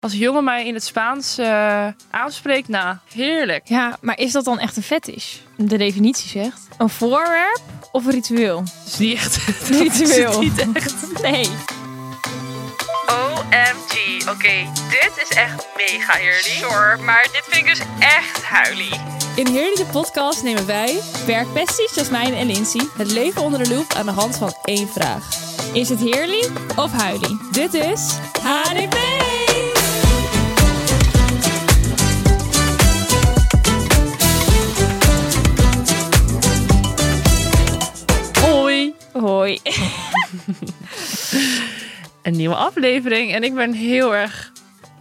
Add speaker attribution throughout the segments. Speaker 1: als een jongen mij in het Spaans eh, aanspreekt, nou, heerlijk.
Speaker 2: Ja, maar is dat dan echt een fetish? De definitie zegt. Een voorwerp of een ritueel?
Speaker 1: Het is niet echt. het
Speaker 2: Ritueel.
Speaker 1: is niet echt.
Speaker 2: Nee.
Speaker 3: OMG, oké, dit is echt mega heerlijk. Sorry, maar dit vind ik dus echt huilie.
Speaker 4: In Heerlijke Podcast nemen wij, werkpesties Jasmijn en Lindsay, het leven onder de loep aan de hand van één vraag.
Speaker 2: Is het heerlijk of huilie?
Speaker 4: Dit is HDP!
Speaker 1: Hoi,
Speaker 2: Hoi.
Speaker 1: een nieuwe aflevering. En ik ben heel erg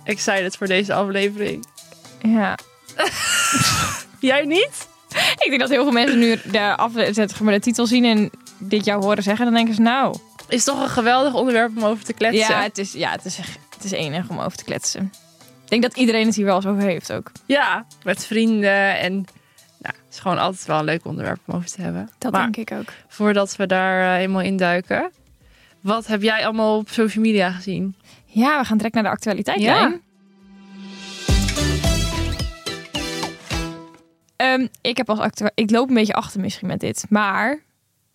Speaker 1: excited voor deze aflevering.
Speaker 2: Ja.
Speaker 1: Jij niet?
Speaker 2: Ik denk dat heel veel mensen nu de, af, zeg maar, de titel zien en dit jou horen zeggen. Dan denken ze nou.
Speaker 1: Is toch een geweldig onderwerp om over te kletsen.
Speaker 2: Ja, het is, ja, het is, echt- het is enig om over te kletsen. Ik denk dat iedereen het hier wel eens over heeft ook.
Speaker 1: Ja, met vrienden. En nou, het is gewoon altijd wel een leuk onderwerp om over te hebben. maar
Speaker 2: ik ook.
Speaker 1: voordat we daar eh, helemaal induiken. Wat heb jij allemaal op social media gezien?
Speaker 2: Ja, we gaan direct naar de actualiteit. Ja.
Speaker 1: Ja.
Speaker 2: Ehm, ik heb als actua- ik loop een beetje achter misschien met dit, maar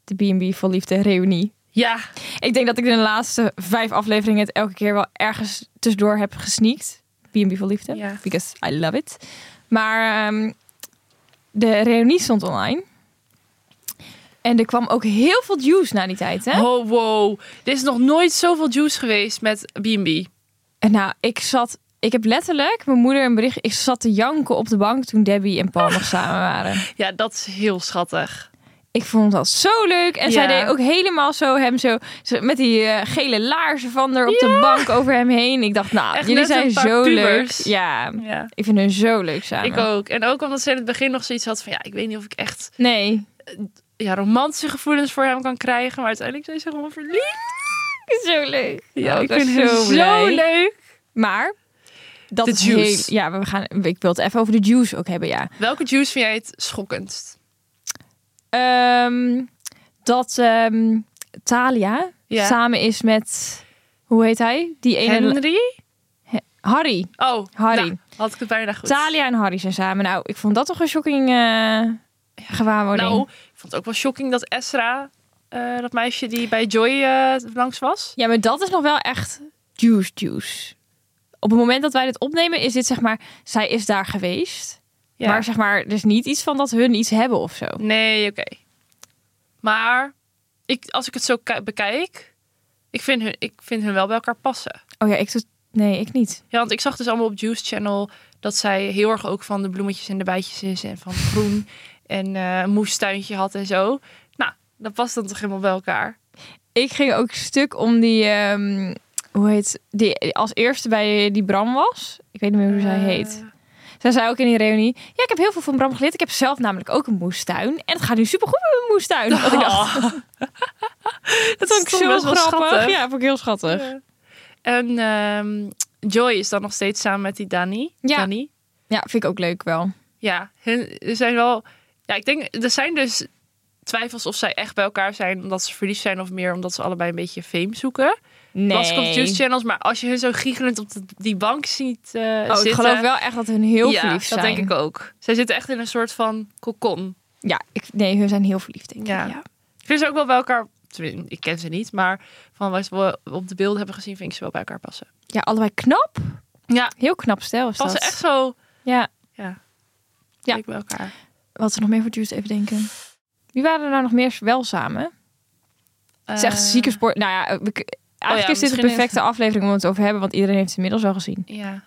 Speaker 2: de B&B voor liefde reunie.
Speaker 1: Ja,
Speaker 2: Ik denk dat ik in de laatste vijf afleveringen het elke keer wel ergens tussendoor heb gesneakt. B&B voor liefde,
Speaker 1: Ja.
Speaker 2: because I love it. Maar ehm, de reunie stond online. En er kwam ook heel veel juice na die tijd, hè?
Speaker 1: Oh, wow. Dit is nog nooit zoveel juice geweest met B&B.
Speaker 2: En nou, ik zat. Ik heb letterlijk mijn moeder een bericht. Ik zat te janken op de bank toen Debbie en Paul nog samen waren.
Speaker 1: Ja, dat is heel schattig.
Speaker 2: Ik vond dat zo leuk. En zij
Speaker 1: Ja.
Speaker 2: deed ook helemaal zo hem zo. zo- Met die eh, gele laarzen van er op de bank over hem heen. Ik dacht, nou,
Speaker 1: Echt
Speaker 2: jullie
Speaker 1: net
Speaker 2: zijn
Speaker 1: een paar
Speaker 2: zo leuk.
Speaker 1: pubers.
Speaker 2: Ja,
Speaker 1: Ja.
Speaker 2: ik vind hun zo leuk samen.
Speaker 1: Ik ook. En ook omdat ze in het begin nog zoiets had van... Ja, ik weet niet of ik echt
Speaker 2: Nee,
Speaker 1: ja, romantische gevoelens voor hem kan krijgen. Maar uiteindelijk zijn ze gewoon verliefd.
Speaker 2: zo leuk.
Speaker 1: Ja,
Speaker 2: Oh,
Speaker 1: ik
Speaker 2: was
Speaker 1: vind hem zo,
Speaker 2: blij.
Speaker 1: leuk.
Speaker 2: Maar dat
Speaker 1: De
Speaker 2: is
Speaker 1: juice.
Speaker 2: heel- ja, we gaan. Ik wil het even over de juice ook hebben, ja.
Speaker 1: Welke juice vind jij het schokkendst?
Speaker 2: Ehm, dat ehm, Thalia
Speaker 1: Ja.
Speaker 2: samen is met hoe heet hij? Die ene
Speaker 1: Henry?
Speaker 2: Harry.
Speaker 1: Oh,
Speaker 2: Harry.
Speaker 1: nou, had ik het bijna goed.
Speaker 2: Thalia en Harry zijn samen. Nou, ik vond dat toch een shocking eh gewaarwording.
Speaker 1: Nou, ik vond het ook wel shocking dat Esra... eh, dat meisje die bij Joy eh, langs was.
Speaker 2: Ja, maar dat is nog wel echt juice juice. Op het moment dat wij dit opnemen, is dit zeg maar, zij is daar geweest.
Speaker 1: Ja.
Speaker 2: Maar zeg maar, er is niet iets van dat hun iets hebben of zo.
Speaker 1: Nee, oké. Maar ik, als ik het zo ki- bekijk, ik vind, hun, ik vind hun wel bij elkaar passen.
Speaker 2: Oh ja, ik doe. Nee, ik niet.
Speaker 1: Ja, want ik zag dus allemaal op Juice Channel dat zij heel erg ook van de bloemetjes en de bijtjes is en van groen en eh, een moestuintje had en zo. Nou, dat past dan toch helemaal bij elkaar.
Speaker 2: ik ging ook stuk om die, ehm, hoe heet, die als eerste bij die Bram was. Ik weet niet meer hoe
Speaker 1: Eh.
Speaker 2: zij heet. Zij zei ook in die reunie, ja, ik heb heel veel van Bram geleerd. Ik heb zelf namelijk ook een moestuin. En het gaat nu supergoed met mijn moestuin. Want
Speaker 1: Oh,
Speaker 2: ik dacht,
Speaker 1: dat
Speaker 2: dat vond ik zo grappig. Ja, vond ik heel schattig. Ja,
Speaker 1: Ja. En ehm, Joy is dan nog steeds samen met die Dani.
Speaker 2: Ja.
Speaker 1: Dani.
Speaker 2: vind ik ook leuk wel.
Speaker 1: Ja, hun, er zijn wel. Ja, ik denk, er zijn dus twijfels of zij echt bij elkaar zijn omdat ze verliefd zijn of meer omdat ze allebei een beetje fame zoeken.
Speaker 2: Nee.
Speaker 1: Was ik op Juice Channels, maar als je hun zo giechelend op de- die bank ziet eh
Speaker 2: Oh,
Speaker 1: zitten,
Speaker 2: ik geloof wel echt dat hun heel
Speaker 1: ja,
Speaker 2: verliefd zijn.
Speaker 1: dat denk ik ook. Zij zitten echt in een soort van cocon.
Speaker 2: Ja, ik, nee, hun zijn heel verliefd, denk ik. Ja.
Speaker 1: Ja. Ik vind ze ook wel bij elkaar. tenminste, Ik ken ze niet, maar van wat we op de beelden hebben gezien, vind ik ze wel bij elkaar passen.
Speaker 2: Ja, allebei knap.
Speaker 1: Ja,
Speaker 2: Heel knap stel is
Speaker 1: passen
Speaker 2: dat.
Speaker 1: echt zo.
Speaker 2: Ja.
Speaker 1: Ja.
Speaker 2: Ja.
Speaker 1: Leuk bij elkaar.
Speaker 2: Wat ze nog meer voor Juice even denken. Wie waren er nou nog meer wel samen? Het is echt
Speaker 1: Eh, Oh
Speaker 2: zieke sport. Nou ja, we- eigenlijk
Speaker 1: ja,
Speaker 2: is dit een
Speaker 1: misschien
Speaker 2: perfecte aflevering om het over te hebben, want iedereen heeft het inmiddels al gezien.
Speaker 1: Ja.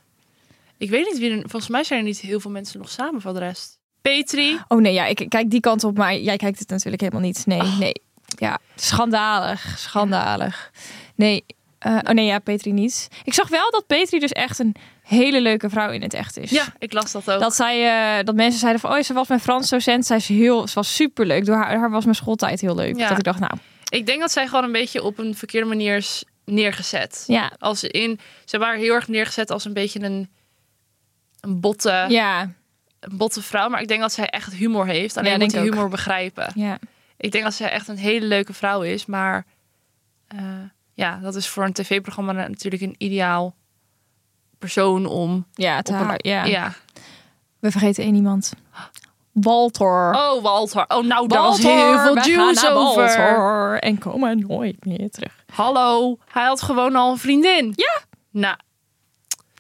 Speaker 1: Ik weet niet wie er... Volgens mij zijn er niet heel veel mensen nog samen van de rest. Petri.
Speaker 2: Oh nee, ja, ik kijk die kant op, maar jij kijkt het natuurlijk helemaal niet. Nee, nee. Ja, schandalig, schandalig. Nee, eh, oh nee, ja, Petri niet. Ik zag wel dat Petri dus echt een hele leuke vrouw in het echt is.
Speaker 1: Ja, ik las dat ook.
Speaker 2: Dat, zij, eh, dat mensen zeiden van, oh, ze was mijn Frans docent. Zij is heel, ze was superleuk. Door haar, haar was mijn schooltijd heel leuk.
Speaker 1: Ja.
Speaker 2: Dat ik dacht, nou,
Speaker 1: Ik denk dat zij gewoon een beetje op een verkeerde manier is neergezet.
Speaker 2: ja.
Speaker 1: Als in... Ze waren heel erg neergezet als een beetje een... Een botte,
Speaker 2: Ja,
Speaker 1: een botte vrouw. Maar ik denk dat zij echt humor heeft. Alleen
Speaker 2: Ja,
Speaker 1: moet die
Speaker 2: denk ik ook.
Speaker 1: humor begrijpen.
Speaker 2: ja.
Speaker 1: Ik denk dat zij echt een hele leuke vrouw is. Maar eh, ja, dat is voor een tv-programma natuurlijk een ideaal persoon om.
Speaker 2: Ja, te
Speaker 1: Op een-
Speaker 2: halen. Ja.
Speaker 1: Ja.
Speaker 2: We vergeten één iemand. Walter.
Speaker 1: Oh, Walter. Oh, nou, daar was heel
Speaker 2: Walter,
Speaker 1: veel
Speaker 2: we gaan
Speaker 1: juice
Speaker 2: naar
Speaker 1: over.
Speaker 2: Walter En komen nooit meer terug.
Speaker 1: Hallo, hij had gewoon al een vriendin. Ja. Nou,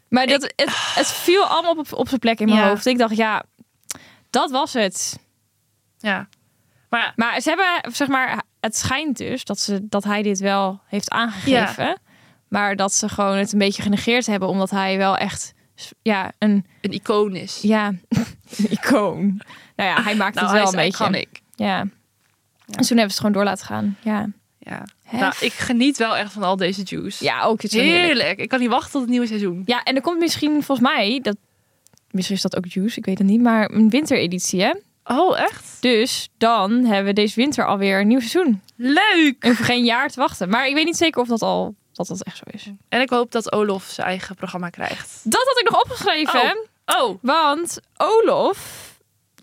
Speaker 2: Maar dat, het, het viel allemaal op, op zijn plek in mijn
Speaker 1: Ja.
Speaker 2: hoofd. Ik dacht, ja, dat was het.
Speaker 1: ja. Maar ja,
Speaker 2: Maar ze hebben, zeg maar, het schijnt dus dat, ze, dat hij dit wel heeft aangegeven. Maar dat ze gewoon het een beetje genegeerd hebben, omdat hij wel echt ja, een
Speaker 1: een icoon is.
Speaker 2: ja, een icoon. Nou ja, hij maakt
Speaker 1: nou,
Speaker 2: het wel
Speaker 1: hij
Speaker 2: een
Speaker 1: is
Speaker 2: beetje.
Speaker 1: iconic.
Speaker 2: Ja. Dus toen hebben ze het gewoon door laten gaan. Ja,
Speaker 1: Ja.
Speaker 2: Hef.
Speaker 1: Nou, ik geniet wel echt van al deze juice.
Speaker 2: ja ook. Het is wel
Speaker 1: heerlijk.
Speaker 2: heerlijk.
Speaker 1: Ik kan niet wachten tot het nieuwe seizoen.
Speaker 2: Ja, en er komt misschien volgens mij, dat, misschien is dat ook juice, ik weet het niet, maar een wintereditie hè.
Speaker 1: Oh, echt?
Speaker 2: Dus dan hebben we deze winter alweer een nieuw seizoen.
Speaker 1: Leuk.
Speaker 2: En we hoeven geen jaar te wachten. Maar ik weet niet zeker of dat al dat dat echt zo is.
Speaker 1: En ik hoop dat Olof zijn eigen programma krijgt.
Speaker 2: Dat had ik nog opgeschreven.
Speaker 1: Oh. Oh,
Speaker 2: Want Olof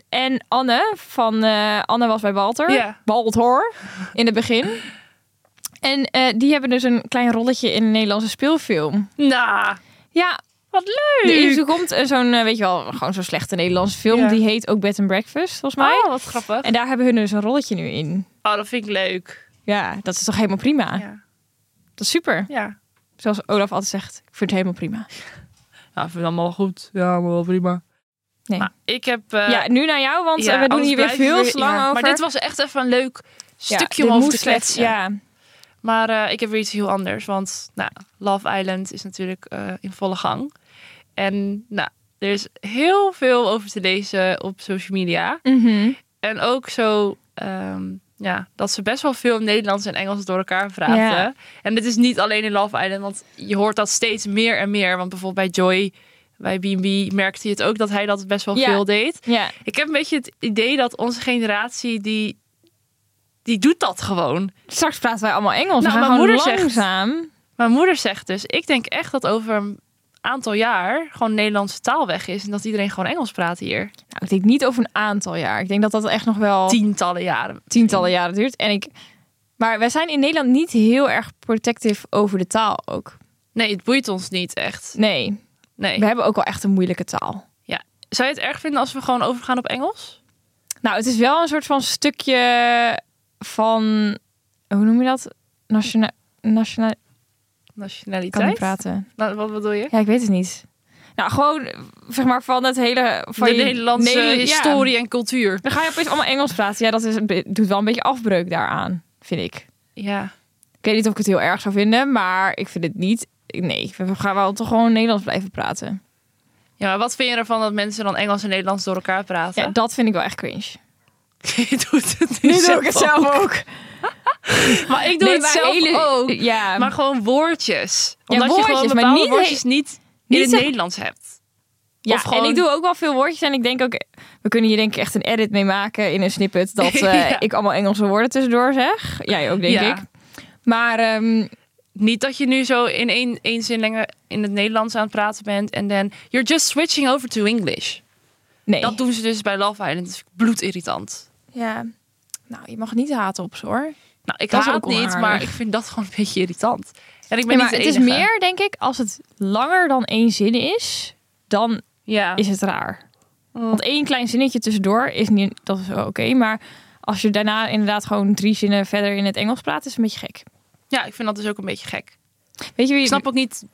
Speaker 2: en Anne van eh, Anne was bij Walter.
Speaker 1: Ja.
Speaker 2: Walter in het begin. En eh, die hebben dus een klein rolletje in een Nederlandse speelfilm.
Speaker 1: nou,
Speaker 2: Ja,
Speaker 1: wat
Speaker 2: er
Speaker 1: leuk.
Speaker 2: is- er komt eh, zo'n, eh, weet je wel, gewoon zo'n slechte Nederlandse film.
Speaker 1: Ja.
Speaker 2: Die heet ook Bed and Breakfast, volgens mij.
Speaker 1: Oh, wat grappig.
Speaker 2: En daar hebben hun dus een rolletje nu in.
Speaker 1: Oh, dat vind ik leuk.
Speaker 2: Ja, dat is toch helemaal prima.
Speaker 1: Ja.
Speaker 2: Dat is super.
Speaker 1: ja.
Speaker 2: Zoals Olaf altijd zegt, ik vind het helemaal prima.
Speaker 1: Ja, vind het allemaal goed. Ja, maar wel prima.
Speaker 2: Nee.
Speaker 1: Maar ik heb... eh,
Speaker 2: ja, nu naar jou, want
Speaker 1: ja,
Speaker 2: eh, we doen
Speaker 1: anders
Speaker 2: hier weer
Speaker 1: blijven we
Speaker 2: veel te lang
Speaker 1: ja.
Speaker 2: over.
Speaker 1: Maar dit was echt even een leuk
Speaker 2: Ja,
Speaker 1: stukje
Speaker 2: dit
Speaker 1: om over
Speaker 2: moest
Speaker 1: te
Speaker 2: slecht-
Speaker 1: kletsen.
Speaker 2: Ja,
Speaker 1: Maar eh, ik heb weer iets heel anders. Want nou, Love Island is natuurlijk eh, in volle gang. En nou, er is heel veel over te lezen op social media.
Speaker 2: Mhm.
Speaker 1: En ook zo ehm, ja, dat ze best wel veel Nederlands en Engels door elkaar praten.
Speaker 2: Ja.
Speaker 1: En dit is niet alleen in Love Island, want je hoort dat steeds meer en meer. Want bijvoorbeeld bij Joy, bij B&B, merkte je het ook dat hij dat best wel
Speaker 2: Ja.
Speaker 1: veel deed.
Speaker 2: ja.
Speaker 1: Ik heb een beetje het idee dat onze generatie, die, die doet dat gewoon.
Speaker 2: Straks praten wij allemaal
Speaker 1: Nou,
Speaker 2: Engels. we gaan
Speaker 1: mijn
Speaker 2: gewoon
Speaker 1: moeder zegt-
Speaker 2: langzaam. Nou,
Speaker 1: Mijn moeder zegt dus, ik denk echt dat over een aantal jaar gewoon Nederlandse taal weg is. En dat iedereen gewoon Engels praat hier.
Speaker 2: Nou, ik denk niet over een aantal jaar. Ik denk dat dat echt nog wel
Speaker 1: Tientallen jaren.
Speaker 2: tientallen jaren duurt. En ik... Maar wij zijn in Nederland niet heel erg protective over de taal ook.
Speaker 1: Nee, het boeit ons niet echt.
Speaker 2: Nee,
Speaker 1: Nee.
Speaker 2: we hebben ook wel echt een moeilijke taal.
Speaker 1: Ja. Zou je het erg vinden als we gewoon overgaan op Engels?
Speaker 2: Nou, het is wel een soort van stukje van... Hoe noem je dat? Nationaal... Nationaal... Ik
Speaker 1: Nationaliteit?
Speaker 2: kan niet praten.
Speaker 1: Nou, wat bedoel je?
Speaker 2: Ja, ik weet het niet. Nou, gewoon eh, zeg maar van het hele... Van
Speaker 1: de
Speaker 2: je
Speaker 1: Nederlandse
Speaker 2: Nederland- ja.
Speaker 1: historie en cultuur.
Speaker 2: Dan ga je opeens allemaal Engels praten. Ja, dat is, een be- doet wel een beetje afbreuk daaraan, vind ik.
Speaker 1: Ja.
Speaker 2: Ik weet niet of ik het heel erg zou vinden, maar ik vind het niet... Nee, we gaan wel toch gewoon Nederlands blijven praten.
Speaker 1: Ja, maar wat vind je ervan dat mensen dan Engels en Nederlands door elkaar praten?
Speaker 2: Ja, dat vind ik wel echt cringe.
Speaker 1: je doet het
Speaker 2: Nu
Speaker 1: niet
Speaker 2: doe ik het zelf ook.
Speaker 1: Maar ik doe
Speaker 2: Nee,
Speaker 1: het
Speaker 2: maar
Speaker 1: zelf
Speaker 2: hele-
Speaker 1: ook.
Speaker 2: Ja,
Speaker 1: Maar gewoon woordjes. Omdat je
Speaker 2: woordjes,
Speaker 1: gewoon
Speaker 2: maar
Speaker 1: bepaalde
Speaker 2: niet
Speaker 1: woordjes niet in
Speaker 2: niet
Speaker 1: het
Speaker 2: zeg-
Speaker 1: Nederlands hebt.
Speaker 2: ja
Speaker 1: of gewoon-
Speaker 2: en ik doe ook wel veel woordjes. En ik denk ook, we kunnen hier denk ik echt een edit mee maken in een snippet. Dat eh,
Speaker 1: Ja.
Speaker 2: ik allemaal Engelse woorden tussendoor zeg. Jij ook, denk
Speaker 1: Ja.
Speaker 2: ik. Maar ehm,
Speaker 1: Niet dat je nu zo in één, één zin langer in het Nederlands aan het praten bent. En dan, you're just switching over to English.
Speaker 2: nee.
Speaker 1: Dat doen ze dus bij Love Island. Dat is bloedirritant.
Speaker 2: Ja. Nou, je mag niet haten op ze hoor.
Speaker 1: Nou, ik
Speaker 2: Dat is
Speaker 1: haat
Speaker 2: ook
Speaker 1: niet,
Speaker 2: onaardig.
Speaker 1: maar ik vind dat gewoon een beetje irritant. En ik ben
Speaker 2: Nee, maar
Speaker 1: niet
Speaker 2: het
Speaker 1: de
Speaker 2: is
Speaker 1: enige.
Speaker 2: meer, denk ik, als het langer dan één zin is, dan
Speaker 1: Ja.
Speaker 2: is het raar.
Speaker 1: Mm.
Speaker 2: Want één klein zinnetje tussendoor is niet, dat is wel oké. maar als je daarna inderdaad gewoon drie zinnen verder in het Engels praat, is het een beetje gek.
Speaker 1: ja, ik vind dat dus ook een beetje gek.
Speaker 2: Weet je wie
Speaker 1: Ik snap ook niet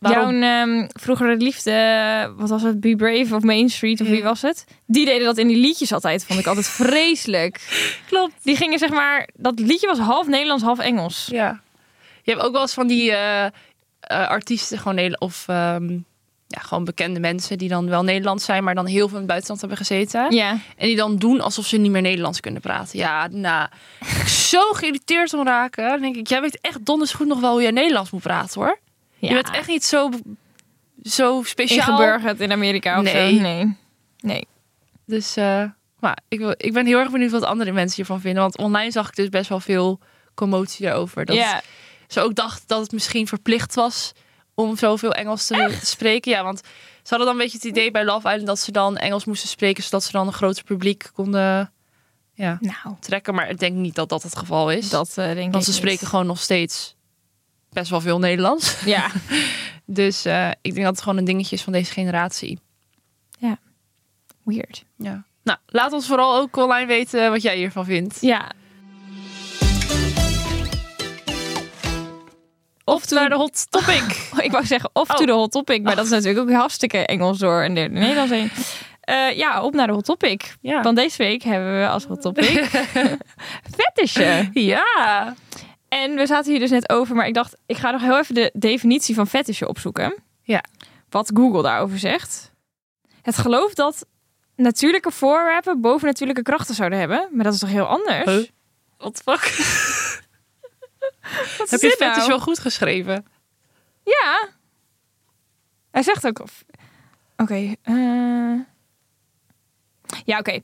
Speaker 2: jouw
Speaker 1: waarom.
Speaker 2: ehm, vroegere liefde, wat was het, Be Brave of Main Street of
Speaker 1: Ja.
Speaker 2: wie was het? Die deden dat in die liedjes altijd, vond ik altijd vreselijk.
Speaker 1: Klopt.
Speaker 2: Die gingen zeg maar, dat liedje was half Nederlands, half Engels.
Speaker 1: Ja. Je hebt ook wel eens van die eh, eh, artiesten gewoon Nederla- of ehm, ja, gewoon bekende mensen die dan wel Nederlands zijn, maar dan heel veel in het buitenland hebben gezeten.
Speaker 2: Ja.
Speaker 1: En die dan doen alsof ze niet meer Nederlands kunnen praten. Ja, nou, ik zo geïrriteerd om raken. Dan denk ik, jij weet echt donders goed nog wel hoe jij Nederlands moet praten, hoor.
Speaker 2: ja.
Speaker 1: Je bent echt niet zo, zo speciaal.
Speaker 2: ingeburgerd in Amerika of
Speaker 1: Nee.
Speaker 2: zo. Nee. Nee.
Speaker 1: Dus eh, maar ik, wil, ik ben heel erg benieuwd wat andere mensen hiervan vinden. Want online zag ik dus best wel veel commotie daarover. Dat
Speaker 2: ja.
Speaker 1: ze ook dacht dat het misschien verplicht was om zoveel Engels te, te spreken. Ja, want ze hadden dan een beetje het idee bij Love Island dat ze dan Engels moesten spreken, zodat ze dan een groter publiek konden ja,
Speaker 2: Nou,
Speaker 1: trekken. Maar ik denk niet dat dat het geval is.
Speaker 2: dat eh, denk ik
Speaker 1: want ze
Speaker 2: niet.
Speaker 1: spreken gewoon nog steeds best wel veel Nederlands.
Speaker 2: Ja.
Speaker 1: Dus eh, ik denk dat het gewoon een dingetje is van deze generatie.
Speaker 2: Weird.
Speaker 1: Ja. Nou, laat ons vooral ook online weten wat jij hiervan vindt.
Speaker 2: Ja.
Speaker 1: Of naar de hot topic.
Speaker 2: Ik wou zeggen of to
Speaker 1: Oh.
Speaker 2: the hot topic, maar dat is natuurlijk ook hartstikke Engels door en de Nederlands heen. Eh, ja, op naar de hot topic.
Speaker 1: Ja.
Speaker 2: Want deze week hebben we als hot topic fetishen.
Speaker 1: ja.
Speaker 2: En we zaten hier dus net over, maar ik dacht, ik ga nog heel even de definitie van fetishen opzoeken.
Speaker 1: Ja.
Speaker 2: Wat Google daarover zegt. Het geloof dat natuurlijke voorwerpen bovennatuurlijke krachten zouden hebben. Maar dat is toch heel anders?
Speaker 1: Huh? What the fuck?
Speaker 2: Wat
Speaker 1: Heb
Speaker 2: is
Speaker 1: je
Speaker 2: dit
Speaker 1: het
Speaker 2: nou?
Speaker 1: is wel goed geschreven?
Speaker 2: Ja. Hij zegt ook. of- Oké. eh. Ja, oké.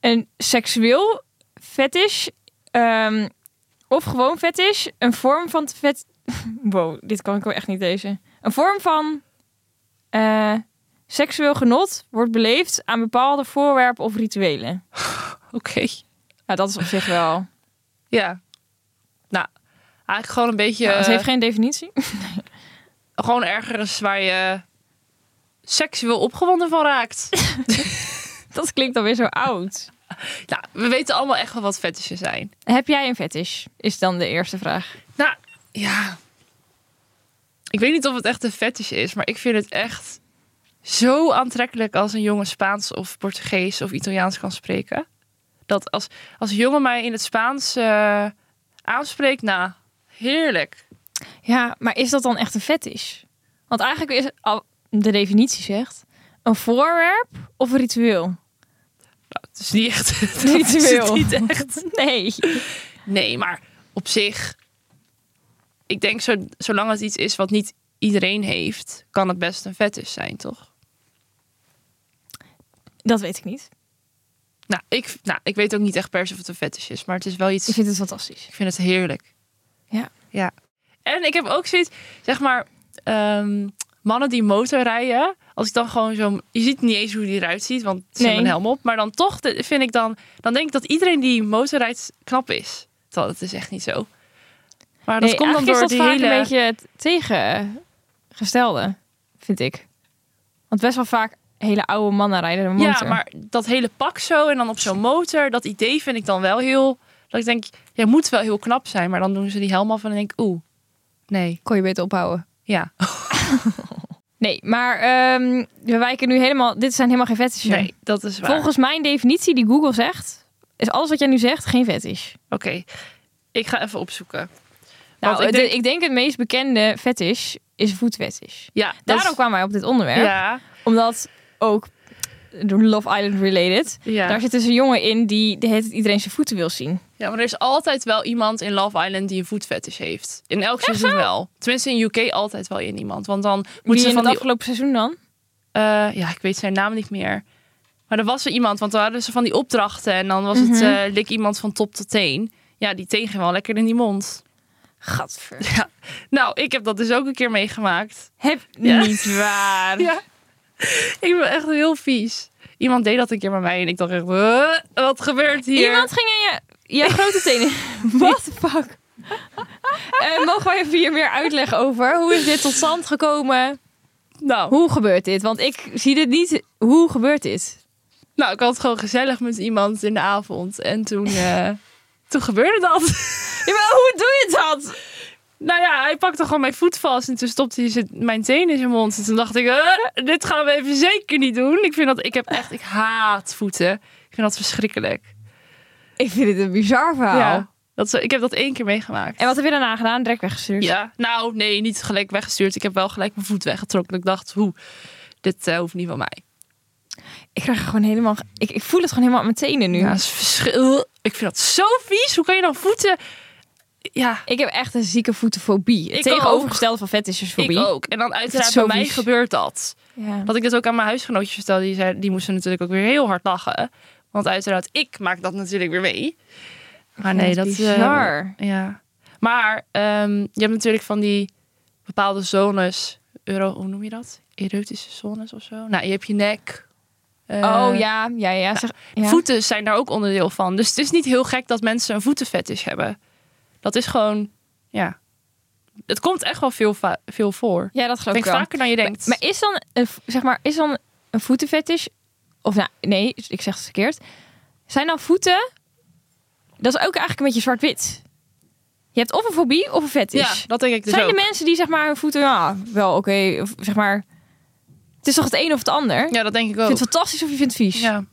Speaker 2: Een seksueel fetish. ehm, of gewoon fetish. Een vorm van vet. Wow, dit kan ik wel echt niet lezen. Een vorm van. eh, seksueel genot wordt beleefd aan bepaalde voorwerpen of rituelen.
Speaker 1: Oké.
Speaker 2: Nou, dat is op zich wel.
Speaker 1: Ja. Nou, eigenlijk gewoon een beetje...
Speaker 2: Ja, Nou, het heeft
Speaker 1: eh,
Speaker 2: geen definitie.
Speaker 1: Gewoon ergens waar je seksueel opgewonden van raakt.
Speaker 2: Dat klinkt alweer zo oud.
Speaker 1: nou, we weten allemaal echt wel wat fetishes zijn.
Speaker 2: Heb jij een fetish? Is dan de eerste vraag.
Speaker 1: Nou, ja. Ik weet niet of het echt een fetish is, maar ik vind het echt zo aantrekkelijk als een jongen Spaans of Portugees of Italiaans kan spreken. Dat als, als een jongen mij in het Spaans eh, aanspreekt, nou, heerlijk.
Speaker 2: Ja, maar is dat dan echt een fetish? Want eigenlijk is het, al- de definitie zegt, een voorwerp of een ritueel.
Speaker 1: Nou, het is niet echt. dat is
Speaker 2: Ritueel.
Speaker 1: het niet echt.
Speaker 2: Nee.
Speaker 1: Nee, maar op zich, ik denk zo, zolang het iets is wat niet iedereen heeft, kan het best een fetish zijn, toch?
Speaker 2: Dat weet ik niet.
Speaker 1: Nou, ik, nou, ik weet ook niet echt per se of het een fetish is, maar het is wel iets.
Speaker 2: Ik vind het fantastisch.
Speaker 1: Ik vind het heerlijk.
Speaker 2: Ja.
Speaker 1: Ja. En ik heb ook zoiets, zeg maar, ehm, mannen die motorrijden. Als ik dan gewoon zo, je ziet niet eens hoe die eruit ziet, want ze
Speaker 2: Nee.
Speaker 1: hebben een helm op. Maar dan toch de- vind ik dan, dan denk ik dat iedereen die motorrijdt knap is. Terwijl dat is echt niet zo. Maar dat
Speaker 2: Nee,
Speaker 1: komt dan
Speaker 2: eigenlijk
Speaker 1: door
Speaker 2: is dat
Speaker 1: die
Speaker 2: vaak
Speaker 1: hele...
Speaker 2: een beetje het tegengestelde, vind ik. Want best wel vaak hele oude mannen rijden een motor.
Speaker 1: Ja, maar dat hele pak zo en dan op zo'n motor, dat idee vind ik dan wel heel... Dat ik denk, jij moet wel heel knap zijn, maar dan doen ze die helm af en dan denk ik, oeh, nee,
Speaker 2: kon je beter ophouden.
Speaker 1: ja.
Speaker 2: Nee, maar ehm, we wijken nu helemaal... Dit zijn helemaal geen fetishes.
Speaker 1: Nee, dat is waar.
Speaker 2: Volgens mijn definitie die Google zegt, is alles wat jij nu zegt geen fetish.
Speaker 1: Oké, ik ga even opzoeken.
Speaker 2: Nou,
Speaker 1: Want ik
Speaker 2: ik,
Speaker 1: denk-
Speaker 2: denk... ik denk het meest bekende fetish is voetfetish.
Speaker 1: Ja, dat
Speaker 2: Daarom
Speaker 1: is-
Speaker 2: kwamen wij op dit onderwerp.
Speaker 1: Ja,
Speaker 2: Omdat ook door Love Island related.
Speaker 1: ja.
Speaker 2: Daar zit dus een jongen in die de hele tijd iedereen zijn voeten wil zien.
Speaker 1: ja, maar er is altijd wel iemand in Love Island die een voetfetish heeft. In elk seizoen wel. Tenminste in UK altijd wel in iemand. Want dan
Speaker 2: Moet
Speaker 1: moeten
Speaker 2: je
Speaker 1: ze
Speaker 2: in
Speaker 1: van
Speaker 2: het
Speaker 1: die...
Speaker 2: afgelopen seizoen dan?
Speaker 1: eh, ja, ik weet zijn naam niet meer. Maar er was er iemand, want dan hadden ze van die opdrachten. En dan was het eh, lik iemand van top tot teen. Ja, die teen ging wel lekker in die mond.
Speaker 2: Gadver.
Speaker 1: Ja. Nou, ik heb dat dus ook een keer meegemaakt.
Speaker 2: Heb
Speaker 1: Ja.
Speaker 2: niet waar.
Speaker 1: Ja. Ik ben echt heel vies. Iemand deed dat een keer bij mij en ik dacht echt, "Huh? wat gebeurt hier?
Speaker 2: Iemand ging in je, je grote tenen. What the fuck? Eh, mogen wij even hier meer uitleg over? Hoe is dit tot stand gekomen?
Speaker 1: Nou,
Speaker 2: Hoe gebeurt dit? Want ik zie dit niet. Hoe gebeurt dit?
Speaker 1: Nou, ik had het gewoon gezellig met iemand in de avond. En toen, eh, toen gebeurde dat.
Speaker 2: Ja, maar hoe doe je dat?
Speaker 1: nou ja, hij pakte gewoon mijn voet vast. En toen stopte hij zijn- mijn teen in zijn mond. En toen dacht ik, "Eh, dit gaan we even zeker niet doen. Ik vind dat, ik heb echt, ik haat voeten. Ik vind dat verschrikkelijk.
Speaker 2: Ik vind het een bizar verhaal.
Speaker 1: Ja, dat, is- ik heb dat één keer meegemaakt.
Speaker 2: En wat heb je daarna gedaan? Direct weggestuurd.
Speaker 1: Ja, nou nee, niet gelijk weggestuurd. Ik heb wel gelijk mijn voet weggetrokken. Ik dacht, hoe, dit eh, hoeft niet van mij.
Speaker 2: Ik krijg er gewoon helemaal. Ik, ik voel het gewoon helemaal aan mijn tenen nu.
Speaker 1: Ja, dat is verschil. Ik vind dat zo vies. Hoe kan je dan voeten... Ja,
Speaker 2: Ik heb echt een zieke voetenfobie.
Speaker 1: Ik
Speaker 2: Het Tegenovergestelde van
Speaker 1: ik
Speaker 2: fetishesfobie.
Speaker 1: ook. En dan uiteraard
Speaker 2: zo
Speaker 1: bij mij
Speaker 2: vies.
Speaker 1: gebeurt dat.
Speaker 2: Ja.
Speaker 1: Dat ik dit ook aan mijn huisgenootjes vertelde, die, zei, die moesten natuurlijk ook weer heel hard lachen. Want uiteraard, ik maak dat natuurlijk weer mee. Maar nee, dat eh,
Speaker 2: is
Speaker 1: is...
Speaker 2: bizar.
Speaker 1: ja. Maar ehm, je hebt natuurlijk van die bepaalde zones. Euro, hoe noem je dat? Erotische zones of zo. Nou, je hebt je nek. eh,
Speaker 2: oh ja, ja, ja. Zeg, ja.
Speaker 1: Voeten zijn daar ook onderdeel van. Dus het is niet heel gek dat mensen een voetenfetish hebben. Dat is gewoon, ja, Het komt echt wel veel, va- veel voor.
Speaker 2: Ja, dat geloof
Speaker 1: Ik denk
Speaker 2: ik wel.
Speaker 1: vaker dan je denkt.
Speaker 2: Maar is dan een, v- zeg maar, is dan een voetenfetish? Of nou, nee, ik zeg het verkeerd. Zijn dan voeten? Dat is ook eigenlijk een beetje zwart-wit. Je hebt of een fobie of een fetish.
Speaker 1: ja, dat denk ik dus
Speaker 2: zijn
Speaker 1: ook.
Speaker 2: er mensen die zeg maar hun voeten, ja, wel oké, of zeg maar. Het is toch het een of het ander? Je
Speaker 1: Ja, dat denk ik ook.
Speaker 2: vindt het fantastisch of je vindt het vies?
Speaker 1: Ja.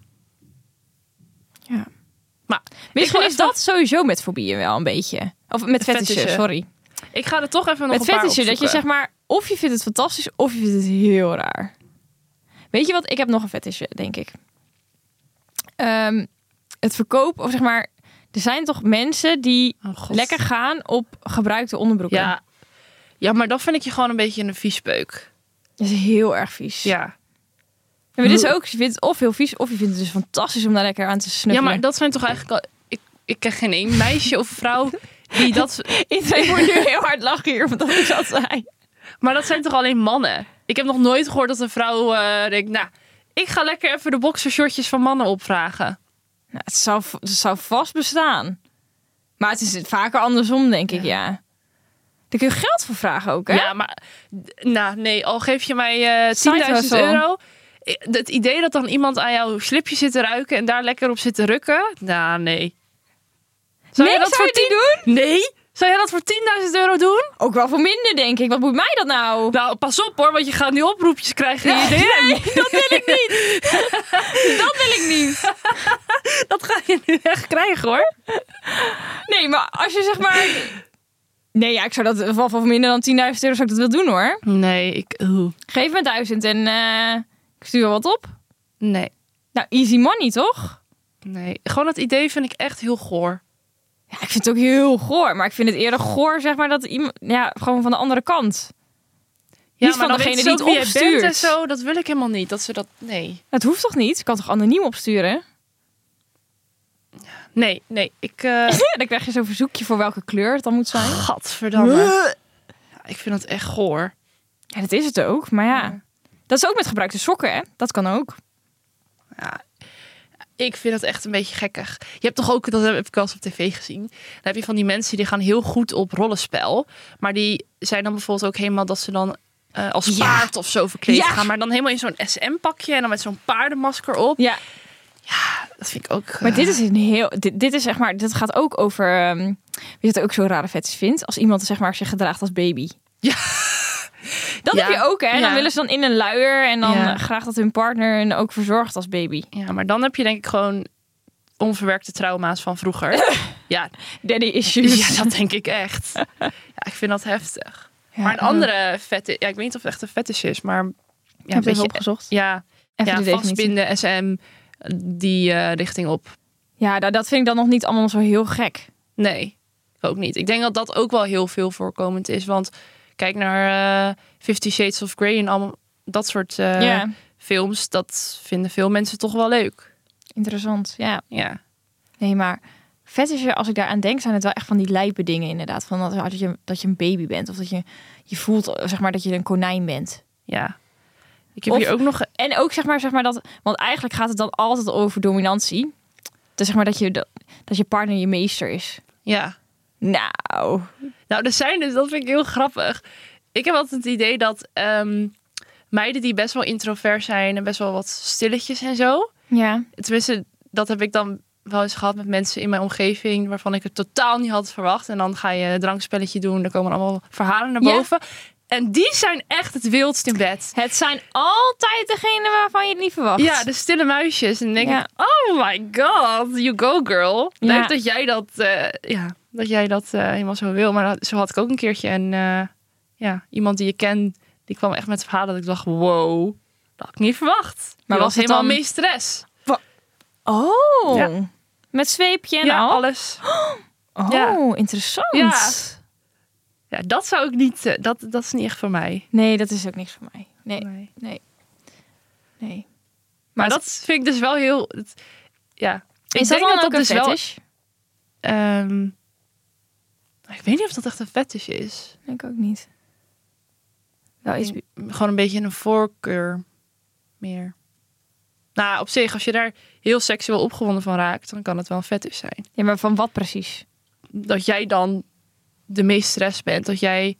Speaker 2: Misschien
Speaker 1: Ik wil
Speaker 2: is
Speaker 1: even-
Speaker 2: dat sowieso met fobieën wel een beetje. Of met fetishen,
Speaker 1: fetishen.
Speaker 2: sorry.
Speaker 1: Ik ga er toch even nog
Speaker 2: Met
Speaker 1: een paar
Speaker 2: fetishen, dat je
Speaker 1: opzoeken.
Speaker 2: zeg maar... Of je vindt het fantastisch, of je vindt het heel raar. Weet je wat? Ik heb nog een fetishje, denk ik. Ehm, het verkoop, of zeg maar... Er zijn toch mensen die
Speaker 1: Oh, God.
Speaker 2: lekker gaan op gebruikte onderbroeken.
Speaker 1: Ja. ja, maar dan vind ik je gewoon een beetje een viespeuk.
Speaker 2: Dat is heel erg vies.
Speaker 1: Ja.
Speaker 2: Maar dit is ook, je vindt het of heel vies, of je vindt het dus fantastisch om daar lekker aan te
Speaker 1: ja,
Speaker 2: snuffelen.
Speaker 1: maar dat zijn toch eigenlijk al... Ik, ik ken geen één meisje of vrouw die dat...
Speaker 2: Iedereen wordt nu heel hard lachen hier, omdat ik dat zei.
Speaker 1: Maar dat zijn toch alleen mannen? Ik heb nog nooit gehoord dat een vrouw eh, denkt... Nou, ik ga lekker even de boxershortjes van mannen opvragen.
Speaker 2: Nou, het, zou, het zou vast bestaan. Maar het is vaker andersom, denk ik, ja. Daar kun je geld voor vragen ook, hè?
Speaker 1: Ja, maar... Nou, nee, al geef je mij eh 10.000
Speaker 2: Side hustle.
Speaker 1: euro... ik- Het idee dat dan iemand aan jouw slipje zit te ruiken en daar lekker op zit te rukken? Nou, nee. Zou
Speaker 2: nee,
Speaker 1: je dat
Speaker 2: zou je
Speaker 1: voor
Speaker 2: die doen?
Speaker 1: tien- Nee? Zou jij dat voor 10.000 euro doen?
Speaker 2: Ook wel voor minder, denk ik. Wat moet mij dat nou?
Speaker 1: Nou, pas op hoor, want je gaat nu oproepjes krijgen in je DM.
Speaker 2: dat wil ik niet. dat wil ik niet.
Speaker 1: Dat ga je nu echt krijgen hoor.
Speaker 2: Nee, maar als je zeg maar... Nee, ja, ik zou dat wel voor minder dan 10.000 euro zou ik dat wel doen, hoor.
Speaker 1: Nee, ik... oeh.
Speaker 2: Geef me 1000 en eh, ik stuur wel wat op.
Speaker 1: Nee,
Speaker 2: Nou, easy money, toch?
Speaker 1: nee. Gewoon dat idee vind ik echt heel goor.
Speaker 2: Ja, ik vind het ook heel goor. Maar ik vind het eerder goor, zeg maar, dat iemand... Ja, gewoon van de andere kant.
Speaker 1: Ja,
Speaker 2: Niet van
Speaker 1: dan
Speaker 2: degene
Speaker 1: weten ze
Speaker 2: die het
Speaker 1: ook wie jij
Speaker 2: opstuurt.
Speaker 1: bent en zo, dat wil ik helemaal niet. Dat ze dat... Nee.
Speaker 2: Dat hoeft toch niet? Ik kan toch anoniem opsturen?
Speaker 1: Nee, nee. Ik... eh
Speaker 2: Dan krijg je zo'n verzoekje voor welke kleur het dan moet zijn.
Speaker 1: Gadverdamme. Ja, ik vind dat echt goor.
Speaker 2: Ja, dat is het ook. Maar ja, dat is ook met gebruikte sokken, hè? Dat kan ook.
Speaker 1: Ik vind dat echt een beetje gekkig. Je hebt toch ook, dat heb ik wel eens op tv gezien. Dan heb je van die mensen die gaan heel goed op rollenspel. Maar die zijn dan bijvoorbeeld ook helemaal dat ze dan eh, als
Speaker 2: Ja.
Speaker 1: paard of zo verkleed
Speaker 2: Ja.
Speaker 1: gaan. Maar dan helemaal in zo'n SM-pakje en dan met zo'n paardenmasker op.
Speaker 2: Ja,
Speaker 1: Dat vind ik ook. eh,
Speaker 2: maar dit is een heel. Dit, dit is zeg maar. Dit gaat ook over. ehm, weet je wat ik ook zo'n rare vets vindt? Als iemand zeg maar zich gedraagt als baby.
Speaker 1: Ja.
Speaker 2: Dat
Speaker 1: Ja.
Speaker 2: heb je ook, hè? Dan
Speaker 1: Ja.
Speaker 2: willen ze dan in een luier en dan
Speaker 1: Ja.
Speaker 2: eh, graag dat hun partner hen ook verzorgt als baby.
Speaker 1: Ja, maar dan heb je denk ik gewoon onverwerkte trauma's van vroeger. ja,
Speaker 2: Daddy issues.
Speaker 1: ja, dat denk ik echt. Ja, ik vind dat heftig.
Speaker 2: Ja,
Speaker 1: maar een
Speaker 2: eh,
Speaker 1: andere vette, ja, ik weet niet of het echt een fetish is, maar ja, een
Speaker 2: heb je even
Speaker 1: beetje,
Speaker 2: opgezocht?
Speaker 1: ja,
Speaker 2: Even
Speaker 1: ja
Speaker 2: de definitie.
Speaker 1: vastbinden, SM, die eh, richting op.
Speaker 2: Ja, nou, dat vind ik dan nog niet allemaal zo heel gek.
Speaker 1: Nee, ook niet. Ik denk dat dat ook wel heel veel voorkomend is, want kijk naar eh Fifty Shades of Grey en allemaal dat soort eh,
Speaker 2: ja,
Speaker 1: films. Dat vinden veel mensen toch wel leuk.
Speaker 2: interessant. Ja.
Speaker 1: Ja.
Speaker 2: Nee, maar fetishen, als ik daaraan denk, zijn het wel echt van die lijpe dingen inderdaad. Van dat, dat, je, dat je een baby bent. Of dat je, je voelt, eh, zeg maar, dat je een konijn bent.
Speaker 1: Ja. Ik heb
Speaker 2: Of-
Speaker 1: hier ook nog.
Speaker 2: En ook, zeg maar, zeg maar dat... Want eigenlijk gaat het dan altijd over dominantie. Dus zeg maar dat je, dat, dat je partner je meester is.
Speaker 1: Ja.
Speaker 2: Nou.
Speaker 1: Nou, er zijn dus, dat vind ik heel grappig. Ik heb altijd het idee dat ehm, meiden die best wel introvert zijn en best wel wat stilletjes en zo.
Speaker 2: Ja.
Speaker 1: Tenminste, dat heb ik dan wel eens gehad met mensen in mijn omgeving waarvan ik het totaal niet had verwacht. En dan ga je een drankspelletje doen, er komen allemaal verhalen naar
Speaker 2: Ja.
Speaker 1: boven. En die zijn echt het wildst in bed.
Speaker 2: Het zijn altijd degenen waarvan je het niet verwacht.
Speaker 1: Ja, de stille muisjes. En dan denk
Speaker 2: Ja.
Speaker 1: ik, oh my god, you go girl.
Speaker 2: Ja.
Speaker 1: Leuk dat jij dat, eh, ja, dat, jij dat eh, helemaal zo wil. Maar dat- zo had ik ook een keertje. En eh, ja, iemand die je ken, die kwam echt met verhalen dat ik dacht, wow, dat had ik niet verwacht. Maar was,
Speaker 2: was het
Speaker 1: helemaal
Speaker 2: dan-
Speaker 1: meesteres.
Speaker 2: Oh.
Speaker 1: Ja.
Speaker 2: Met zweepje en
Speaker 1: ja,
Speaker 2: al.
Speaker 1: alles.
Speaker 2: Oh,
Speaker 1: Ja.
Speaker 2: interessant.
Speaker 1: Ja. Ja, dat zou ik niet, eh, dat, dat is niet echt voor mij.
Speaker 2: Nee, dat is ook niks voor mij. Nee,
Speaker 1: Nee.
Speaker 2: nee, nee.
Speaker 1: Maar dat vind ik dus wel heel, het- ja. Ik
Speaker 2: is dat
Speaker 1: denk
Speaker 2: dan ook
Speaker 1: dus
Speaker 2: een
Speaker 1: wel-
Speaker 2: fetish?
Speaker 1: ehm, ik weet niet of dat echt een fetish is.
Speaker 2: Ik ook niet. Wel iets.
Speaker 1: Mm, gewoon een beetje een voorkeur meer. Nou, op zich, als je daar heel seksueel dus opgewonden van raakt, dan kan het wel een fetish zijn.
Speaker 2: Ja, maar van wat precies?
Speaker 1: Dat jij dan de meesteres bent. Dat jij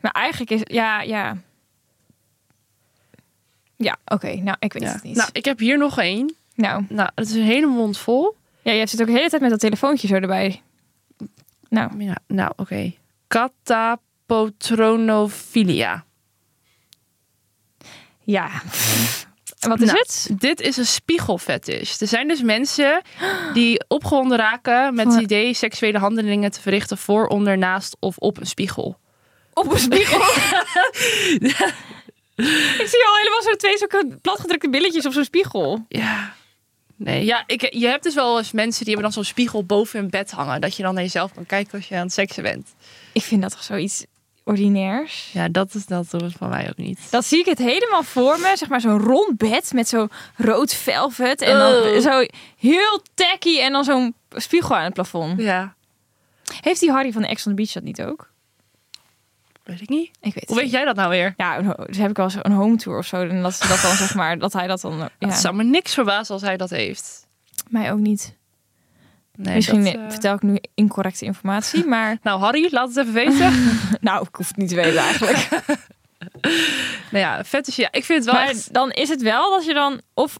Speaker 2: Maar eigenlijk is... Ja, ja. Ja, oké. Nou, ik weet
Speaker 1: Ja.
Speaker 2: het niet.
Speaker 1: Nou, ik heb hier nog één.
Speaker 2: nou.
Speaker 1: Nou, het is een hele mond vol.
Speaker 2: Ja, je zit ook de hele tijd met dat telefoontje zo erbij. Nou,
Speaker 1: Ja, nou, oké. Catapotronofilia.
Speaker 2: ja. Wat is
Speaker 1: Nou,
Speaker 2: het?
Speaker 1: Dit is een spiegelfetish. Er zijn dus mensen die opgewonden raken met het
Speaker 2: Van-
Speaker 1: idee seksuele handelingen te verrichten voor, onder, naast of op een spiegel.
Speaker 2: Op een spiegel. ik zie al helemaal zo twee zulke platgedrukte billetjes op zo'n spiegel.
Speaker 1: Ja. Nee, ja, ik, je hebt dus wel eens mensen die hebben dan zo'n spiegel boven hun bed hangen. Dat je dan naar jezelf kan kijken als je aan het seksen bent.
Speaker 2: Ik vind dat toch zoiets ordinairs.
Speaker 1: Ja, dat is dat hoort van mij ook niet.
Speaker 2: Dat zie ik het helemaal voor me. Zeg maar zo'n rond bed met zo'n rood velvet. En
Speaker 1: Oh.
Speaker 2: dan zo heel tacky en dan zo'n spiegel aan het plafond.
Speaker 1: Ja,
Speaker 2: Heeft die Harry van de Ex on the Beach dat niet ook?
Speaker 1: weet ik niet.
Speaker 2: Ik weet het
Speaker 1: Hoe weet
Speaker 2: niet.
Speaker 1: jij dat nou weer?
Speaker 2: Ja, dus heb ik wel eens een home tour of zo. En dat ze dat dan zeg maar, dat hij dat dan...
Speaker 1: Het
Speaker 2: Ja,
Speaker 1: zou me niks verbazen als hij dat heeft.
Speaker 2: mij ook niet.
Speaker 1: Nee,
Speaker 2: Misschien
Speaker 1: dat,
Speaker 2: eh,
Speaker 1: eh,
Speaker 2: vertel ik nu incorrecte informatie, maar...
Speaker 1: Nou, Harry, laat het even weten.
Speaker 2: nou, ik hoef het niet te weten eigenlijk.
Speaker 1: nou ja, fetish, ja, ik vind het wel
Speaker 2: maar
Speaker 1: echt...
Speaker 2: dan is het wel dat je dan... Of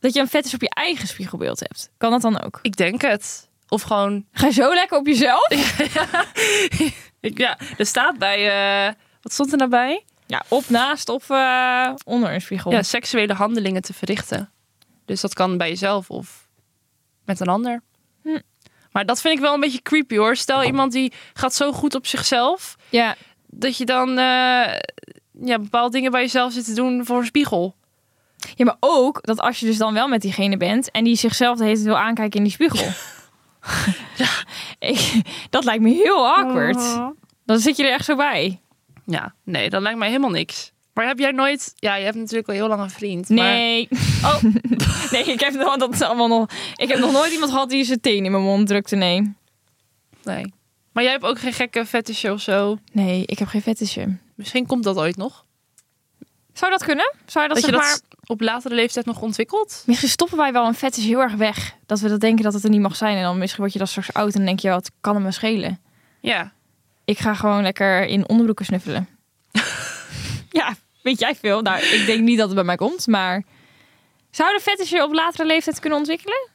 Speaker 2: dat je een vet is op je eigen spiegelbeeld hebt. Kan dat dan ook?
Speaker 1: Ik denk het. Of gewoon...
Speaker 2: Ga je zo lekker op jezelf?
Speaker 1: Ik, ja, er staat bij... eh, wat stond er nou bij?
Speaker 2: Ja, op naast of eh, onder een spiegel.
Speaker 1: Ja, seksuele handelingen te verrichten. Dus dat kan bij jezelf of met een ander.
Speaker 2: Hm.
Speaker 1: Maar dat vind ik wel een beetje creepy hoor. Stel iemand die gaat zo goed op zichzelf...
Speaker 2: Ja,
Speaker 1: dat je dan eh, ja, bepaalde dingen bij jezelf zit te doen voor een spiegel.
Speaker 2: Ja, maar ook dat als je dus dan wel met diegene bent en die zichzelf de hele tijd wil aankijken in die spiegel. Ik, dat lijkt me heel awkward. Dan zit je er echt zo bij.
Speaker 1: Ja, nee, dat lijkt mij helemaal niks. Maar heb jij nooit... Ja, je hebt natuurlijk al heel lang een vriend. Maar...
Speaker 2: Nee. Oh. nee, ik heb, nog, dat is allemaal nog, ik heb nog nooit iemand gehad die zijn teen in mijn mond drukte. Nee.
Speaker 1: Nee. Maar jij hebt ook geen gekke fetish of zo.
Speaker 2: Nee, ik heb geen fetisje.
Speaker 1: Misschien komt dat ooit nog.
Speaker 2: Zou dat kunnen? Zou je dat,
Speaker 1: Dat, je
Speaker 2: zeg
Speaker 1: dat
Speaker 2: maar...
Speaker 1: op latere leeftijd nog ontwikkelt.
Speaker 2: Misschien stoppen wij wel een fetish heel erg weg. Dat we dat denken dat het er niet mag zijn. En dan misschien word je dan straks oud en dan denk je, ja, wat kan het me schelen?
Speaker 1: Ja.
Speaker 2: Ik ga gewoon lekker in onderbroeken snuffelen. ja, weet jij veel? Nou, ik denk niet dat het bij mij komt, maar... Zouden fetishen op latere leeftijd kunnen ontwikkelen?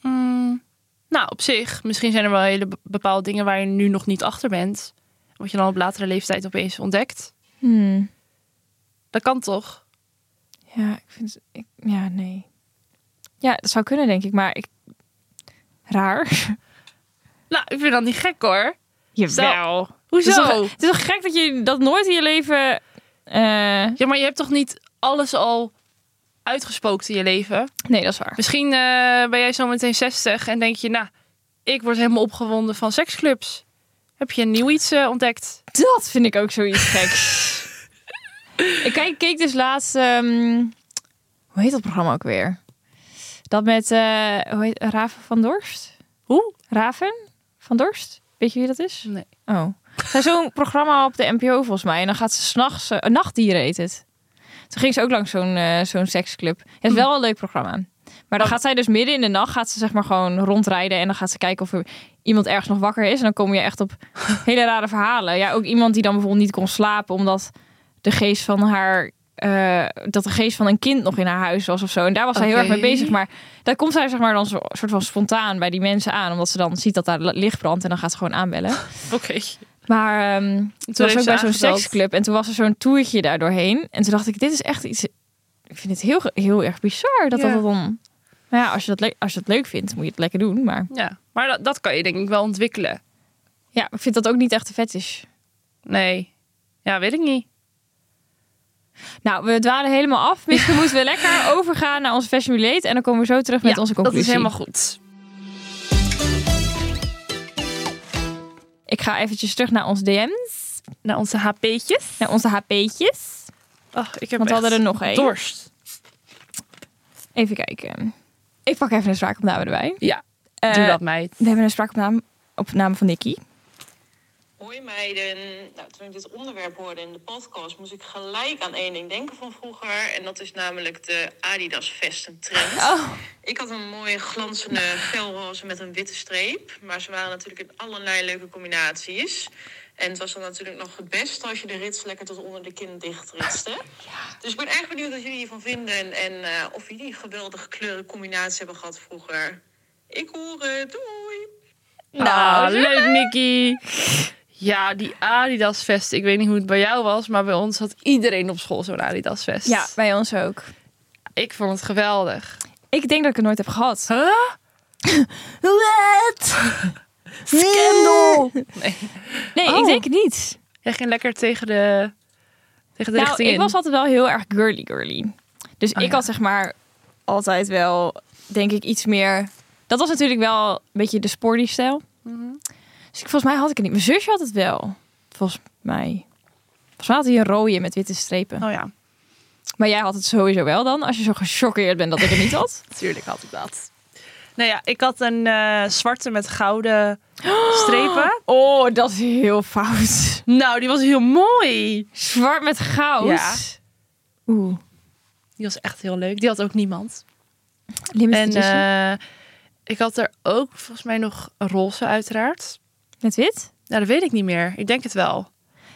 Speaker 1: Mm, nou, op zich. Misschien zijn er wel hele be- bepaalde dingen waar je nu nog niet achter bent. Wat je dan op latere leeftijd opeens ontdekt.
Speaker 2: Hmm.
Speaker 1: Dat kan toch?
Speaker 2: Ja, ik vind... Ik, ja, nee. Ja, dat zou kunnen, denk ik, maar ik... Raar.
Speaker 1: Nou, ik vind dat niet gek hoor. Stel.
Speaker 2: Het is,
Speaker 1: Hoezo?
Speaker 2: toch, het is toch gek dat je dat nooit in je leven... eh,
Speaker 1: Ja, maar je hebt toch niet alles al uitgespookt in je leven?
Speaker 2: nee, dat is waar.
Speaker 1: Misschien eh, ben jij zo meteen 60 en denk je, nou, ik word helemaal opgewonden van seksclubs. Heb je een nieuw iets eh, ontdekt?
Speaker 2: Dat vind ik ook zoiets geks. ik kijk, keek dus laatst... ehm, hoe heet dat programma ook weer? Dat met eh, hoe heet, Raven van Dorst?
Speaker 1: Hoe?
Speaker 2: Raven van Dorst? Weet je wie dat is?
Speaker 1: Nee.
Speaker 2: Oh. Zij zo'n programma op de NPO volgens mij. En dan gaat ze s'nachts... nachts nachtdieren heet het. Toen ging ze ook langs zo'n eh, zo'n seksclub. Het is wel een leuk programma. Maar dan gaat zij dus midden in de nacht gaat ze zeg maar gewoon rondrijden. En dan gaat ze kijken of er iemand ergens nog wakker is. En dan kom je echt op hele rare verhalen. Ja, ook iemand die dan bijvoorbeeld niet kon slapen omdat de geest van haar... eh, dat de geest van een kind nog in haar huis was of zo. En daar was zij heel erg
Speaker 1: Oké.
Speaker 2: mee bezig. Maar daar komt zij zeg maar dan zo, soort van spontaan bij die mensen aan. Omdat ze dan ziet dat daar licht brandt en dan gaat ze gewoon aanbellen.
Speaker 1: Oké.
Speaker 2: Maar ehm toen was
Speaker 1: heeft
Speaker 2: ook
Speaker 1: ze
Speaker 2: bij zo'n
Speaker 1: aangebeld.
Speaker 2: seksclub en toen was er zo'n toertje daar doorheen. En toen dacht ik, dit is echt iets... Ik vind het heel, heel erg bizar dat
Speaker 1: Ja.
Speaker 2: dat dan... Nou ja, als je, dat le- als je dat leuk vindt, moet je het lekker doen. Maar
Speaker 1: Ja, maar dat, dat kan je denk ik wel ontwikkelen.
Speaker 2: ja, ik vind dat ook niet echt een fetish.
Speaker 1: Nee. Ja, weet ik niet.
Speaker 2: Nou, we dwalen helemaal af. Misschien moeten we lekker overgaan naar onze Fashion Relate. En dan komen we zo terug met
Speaker 1: Ja,
Speaker 2: onze conclusie.
Speaker 1: Dat is helemaal goed.
Speaker 2: Ik ga eventjes terug naar ons DM's.
Speaker 1: Naar onze HP'tjes.
Speaker 2: Naar onze HP'tjes.
Speaker 1: Ach, ik heb
Speaker 2: Want we
Speaker 1: echt
Speaker 2: hadden er nog één.
Speaker 1: dorst.
Speaker 2: Even kijken. Ik pak even een spraakopname erbij.
Speaker 1: Ja,
Speaker 2: Eh,
Speaker 1: doe dat meid.
Speaker 2: We hebben een spraakopname opname van Nicky.
Speaker 5: Hoi meiden. Nou, toen ik dit onderwerp hoorde in de podcast, moest ik gelijk aan één ding denken van vroeger. En dat is namelijk de Adidas vestentrend.
Speaker 2: Oh.
Speaker 5: Ik had een mooie glanzende felroze met een witte streep. Maar ze waren natuurlijk in allerlei leuke combinaties. En het was dan natuurlijk nog het best als je de rits lekker tot onder de kin dicht ritste. Dus ik ben erg benieuwd wat jullie hiervan vinden. En eh, of jullie een geweldige kleurencombinatie hebben gehad vroeger. Ik hoor het. Doei!
Speaker 1: Nou, leuk Nicky. Ja, die Adidas vest. Ik weet niet hoe het bij jou was, maar bij ons had iedereen op school zo'n Adidas vest.
Speaker 2: Ja, bij ons ook.
Speaker 1: Ik vond het geweldig.
Speaker 2: Ik denk dat ik het nooit heb gehad.
Speaker 1: Huh?
Speaker 2: Wat?
Speaker 1: Kendall!
Speaker 2: Nee,
Speaker 1: Oh.
Speaker 2: ik denk het niet.
Speaker 1: Jij ging lekker tegen de, tegen de
Speaker 2: Nou,
Speaker 1: richting
Speaker 2: ik
Speaker 1: in.
Speaker 2: was altijd wel heel erg girly girly. Dus
Speaker 1: Oh,
Speaker 2: ik
Speaker 1: ja.
Speaker 2: had zeg maar altijd wel, denk ik, iets meer... Dat was natuurlijk wel een beetje de sporty stijl.
Speaker 1: Mhm.
Speaker 2: Dus ik, volgens mij had ik het niet. Mijn zusje had het wel. Volgens mij. Volgens mij had hij een rode met witte strepen.
Speaker 1: Oh ja,
Speaker 2: Maar jij had het sowieso wel dan, als je zo gechoqueerd bent dat ik het niet had.
Speaker 1: natuurlijk had ik dat. Nou ja, ik had een eh, zwarte met gouden strepen.
Speaker 2: Oh, dat is heel fout.
Speaker 1: Nou, die was heel mooi.
Speaker 2: Zwart met goud.
Speaker 1: Ja.
Speaker 2: Oeh.
Speaker 1: Die was echt heel leuk. Die had ook niemand.
Speaker 2: Limited
Speaker 1: En
Speaker 2: edition.
Speaker 1: eh, ik had er ook volgens mij nog een roze uiteraard.
Speaker 2: Met wit?
Speaker 1: Nou, dat weet ik niet meer. Ik denk het wel.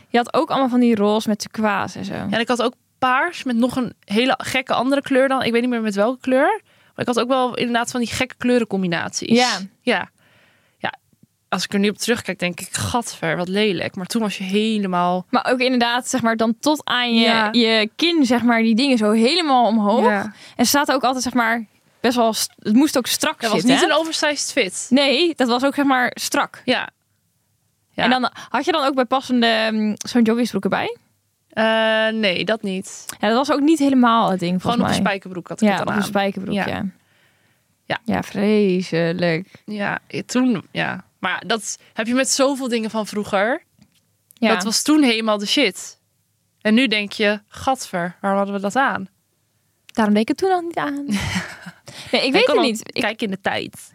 Speaker 2: Je had ook allemaal van die rolls met turquoise en zo.
Speaker 1: Ja, en ik had ook paars met nog een hele gekke andere kleur dan. Ik weet niet meer met welke kleur. Maar ik had ook wel inderdaad van die gekke kleurencombinaties.
Speaker 2: Ja.
Speaker 1: Ja. Ja. Als ik er nu op terugkijk, denk ik, gadver, wat lelijk. Maar toen was je helemaal...
Speaker 2: Maar ook inderdaad, zeg maar, dan tot aan je,
Speaker 1: Ja.
Speaker 2: je kin, zeg maar, die dingen zo helemaal omhoog.
Speaker 1: Ja.
Speaker 2: En ze zaten ook altijd, zeg maar, best wel... st- Het moest ook strak
Speaker 1: Dat was
Speaker 2: zitten,
Speaker 1: niet
Speaker 2: hè?
Speaker 1: een oversized fit.
Speaker 2: Nee, dat was ook, zeg maar, strak.
Speaker 1: Ja. Ja.
Speaker 2: En dan had je dan ook bij passende ehm, zo'n joggingsbroek erbij.
Speaker 1: Eh, nee, dat niet.
Speaker 2: Ja, dat was ook niet helemaal het ding,
Speaker 1: Gewoon
Speaker 2: volgens
Speaker 1: op een
Speaker 2: mij.
Speaker 1: spijkerbroek had ik
Speaker 2: ja,
Speaker 1: het
Speaker 2: op
Speaker 1: dan
Speaker 2: een
Speaker 1: aan.
Speaker 2: spijkerbroek,
Speaker 1: Ja.
Speaker 2: ja. Ja,
Speaker 1: Ja.
Speaker 2: vreselijk.
Speaker 1: Ja, toen, ja. Maar dat heb je met zoveel dingen van vroeger.
Speaker 2: Ja.
Speaker 1: Dat was toen helemaal de shit. En nu denk je, gadver, waarom hadden we dat aan?
Speaker 2: Daarom deed ik het toen nog niet aan. nee, ik weet het niet. Ik,
Speaker 1: Kijk in de tijd.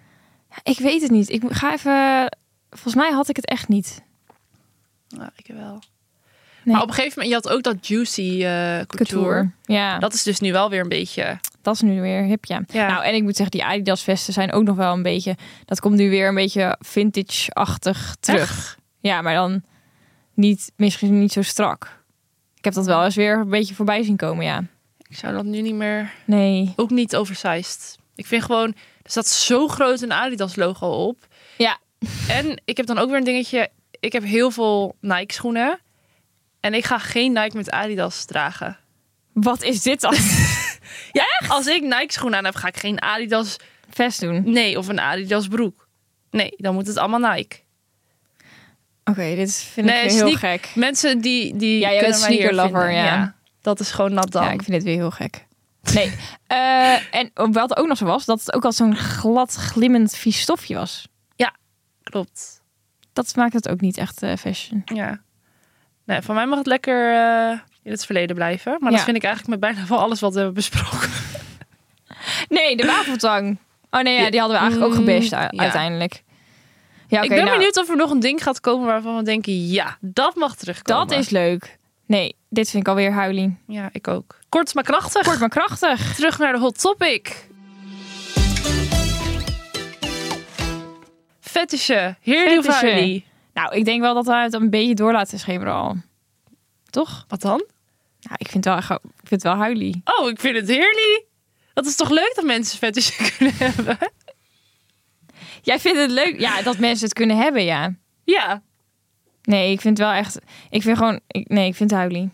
Speaker 2: ik weet het niet. Ik ga even... Volgens mij had ik het echt niet.
Speaker 1: Ja, ik wel.
Speaker 2: Nee.
Speaker 1: Maar op een gegeven moment, je had ook dat juicy eh couture.
Speaker 2: Ja.
Speaker 1: Dat is dus nu wel weer een beetje...
Speaker 2: Dat is nu weer hip, ja.
Speaker 1: Ja.
Speaker 2: Nou, en ik moet zeggen, die Adidas vesten zijn ook nog wel een beetje... Dat komt nu weer een beetje vintage-achtig terug. Ja, maar dan niet, misschien niet zo strak. Ik heb dat wel eens weer een beetje voorbij zien komen, ja.
Speaker 1: Ik zou dat nu niet meer...
Speaker 2: Nee.
Speaker 1: Ook niet oversized. Ik vind gewoon... Er staat zo groot een Adidas logo op.
Speaker 2: Ja,
Speaker 1: En ik heb dan ook weer een dingetje. Ik heb heel veel Nike schoenen. En ik ga geen Nike met Adidas dragen.
Speaker 2: wat is dit dan?
Speaker 1: Ja, Als ik Nike schoenen aan heb, ga ik geen Adidas...
Speaker 2: Vest doen. Oké,
Speaker 1: Nee, of een Adidas broek. Nee, dan moet het allemaal Nike.
Speaker 2: dit vind
Speaker 1: Nee,
Speaker 2: ik weer heel
Speaker 1: sneak-
Speaker 2: gek.
Speaker 1: Mensen die... die
Speaker 2: Ja, jij
Speaker 1: kunnen
Speaker 2: bent
Speaker 1: mij hier
Speaker 2: sneakerlover,
Speaker 1: vinden.
Speaker 2: ja.
Speaker 1: Dat is gewoon nat dan.
Speaker 2: Ja, ik vind dit weer heel gek. Nee. Eh, en wat ook nog zo was, dat het ook al zo'n glad, glimmend, vies stofje was.
Speaker 1: Klopt.
Speaker 2: Dat maakt het ook niet echt eh, fashion.
Speaker 1: Ja. Nee, van mij mag het lekker eh, in het verleden blijven. Maar
Speaker 2: Ja.
Speaker 1: dat vind ik eigenlijk met bijna wel alles wat we hebben besproken.
Speaker 2: Nee, de wafeltang. Oh nee, ja, die hadden we eigenlijk ook
Speaker 1: Mm,
Speaker 2: gebashed u-
Speaker 1: ja.
Speaker 2: uiteindelijk. Ja, oké.
Speaker 1: ik ben
Speaker 2: nou,
Speaker 1: benieuwd of er nog een ding gaat komen waarvan we denken... Ja, dat mag terugkomen.
Speaker 2: Dat is leuk. Nee, dit vind ik alweer huiling.
Speaker 1: Ja, ik ook. Kort maar krachtig.
Speaker 2: Kort maar krachtig.
Speaker 1: Terug naar de hot topic. Fetische. Heerlijk of
Speaker 2: Fetishen.
Speaker 1: huilie?
Speaker 2: Nou, ik denk wel dat we het een beetje door laten schemeren al. Toch?
Speaker 1: Wat dan?
Speaker 2: Nou, ik vind het wel, echt- ik vind het wel huilie.
Speaker 1: Oh, ik vind het heerlijk. Dat is toch leuk dat mensen fetishen kunnen hebben?
Speaker 2: Jij vindt het leuk? Ja, dat mensen het kunnen hebben, ja.
Speaker 1: Ja.
Speaker 2: Nee, ik vind het wel echt... Ik vind gewoon... ik- nee, ik vind het huilie.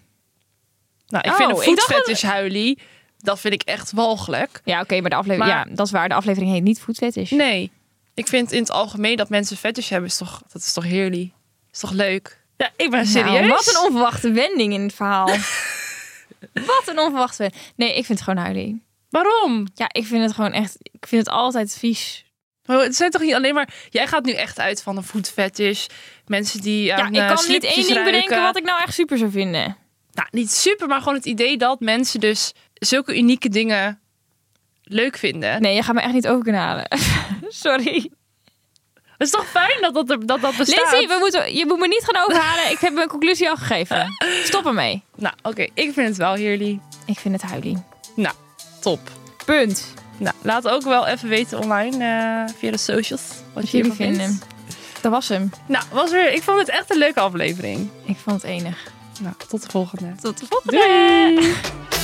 Speaker 1: Nou, ik
Speaker 2: Oh,
Speaker 1: vind een
Speaker 2: ik dacht dat-
Speaker 1: voetfetish huilie, dat vind ik echt walgelijk.
Speaker 2: Ja, oké, maar de aflevering...
Speaker 1: Maar-
Speaker 2: Ja, dat is waar. De aflevering heet niet voetfetish.
Speaker 1: Nee. Ik vind in het algemeen dat mensen fetish hebben, is toch, dat is toch heerlijk? Is toch leuk? Ja, ik ben
Speaker 2: Nou,
Speaker 1: serieus.
Speaker 2: wat een onverwachte wending in het verhaal. wat een onverwachte wending. Nee, ik vind het gewoon huilie.
Speaker 1: Waarom?
Speaker 2: Ja, ik vind het gewoon echt. Ik vind het altijd vies.
Speaker 1: Maar Oh, het zijn toch niet alleen maar... Jij gaat nu echt uit van een voetfetish. Mensen die
Speaker 2: Ja,
Speaker 1: aan, eh,
Speaker 2: ik kan niet
Speaker 1: slipjes
Speaker 2: één ding
Speaker 1: ruiken.
Speaker 2: bedenken wat ik nou echt super zou vinden.
Speaker 1: Nou, niet super, maar gewoon het idee dat mensen dus zulke unieke dingen leuk vinden.
Speaker 2: Nee, je gaat me echt niet over kunnen halen. Sorry.
Speaker 1: is toch fijn dat dat, er, dat, dat bestaat?
Speaker 2: Lindsay, we moeten, je moet me niet gaan overhalen. Ik heb mijn conclusie al gegeven. Stop ermee.
Speaker 1: Nou, oké. Ik vind het wel heerlijk.
Speaker 2: Ik vind het huilie.
Speaker 1: Nou, top.
Speaker 2: Punt.
Speaker 1: Nou, laat ook wel even weten online eh, via de socials wat
Speaker 2: Wat
Speaker 1: je
Speaker 2: jullie
Speaker 1: hiervan vindt.
Speaker 2: vinden. Dat was hem.
Speaker 1: Nou, was weer, ik vond het echt een leuke aflevering.
Speaker 2: Ik vond het enig.
Speaker 1: Nou, tot de volgende.
Speaker 2: Tot de volgende.
Speaker 1: Doei!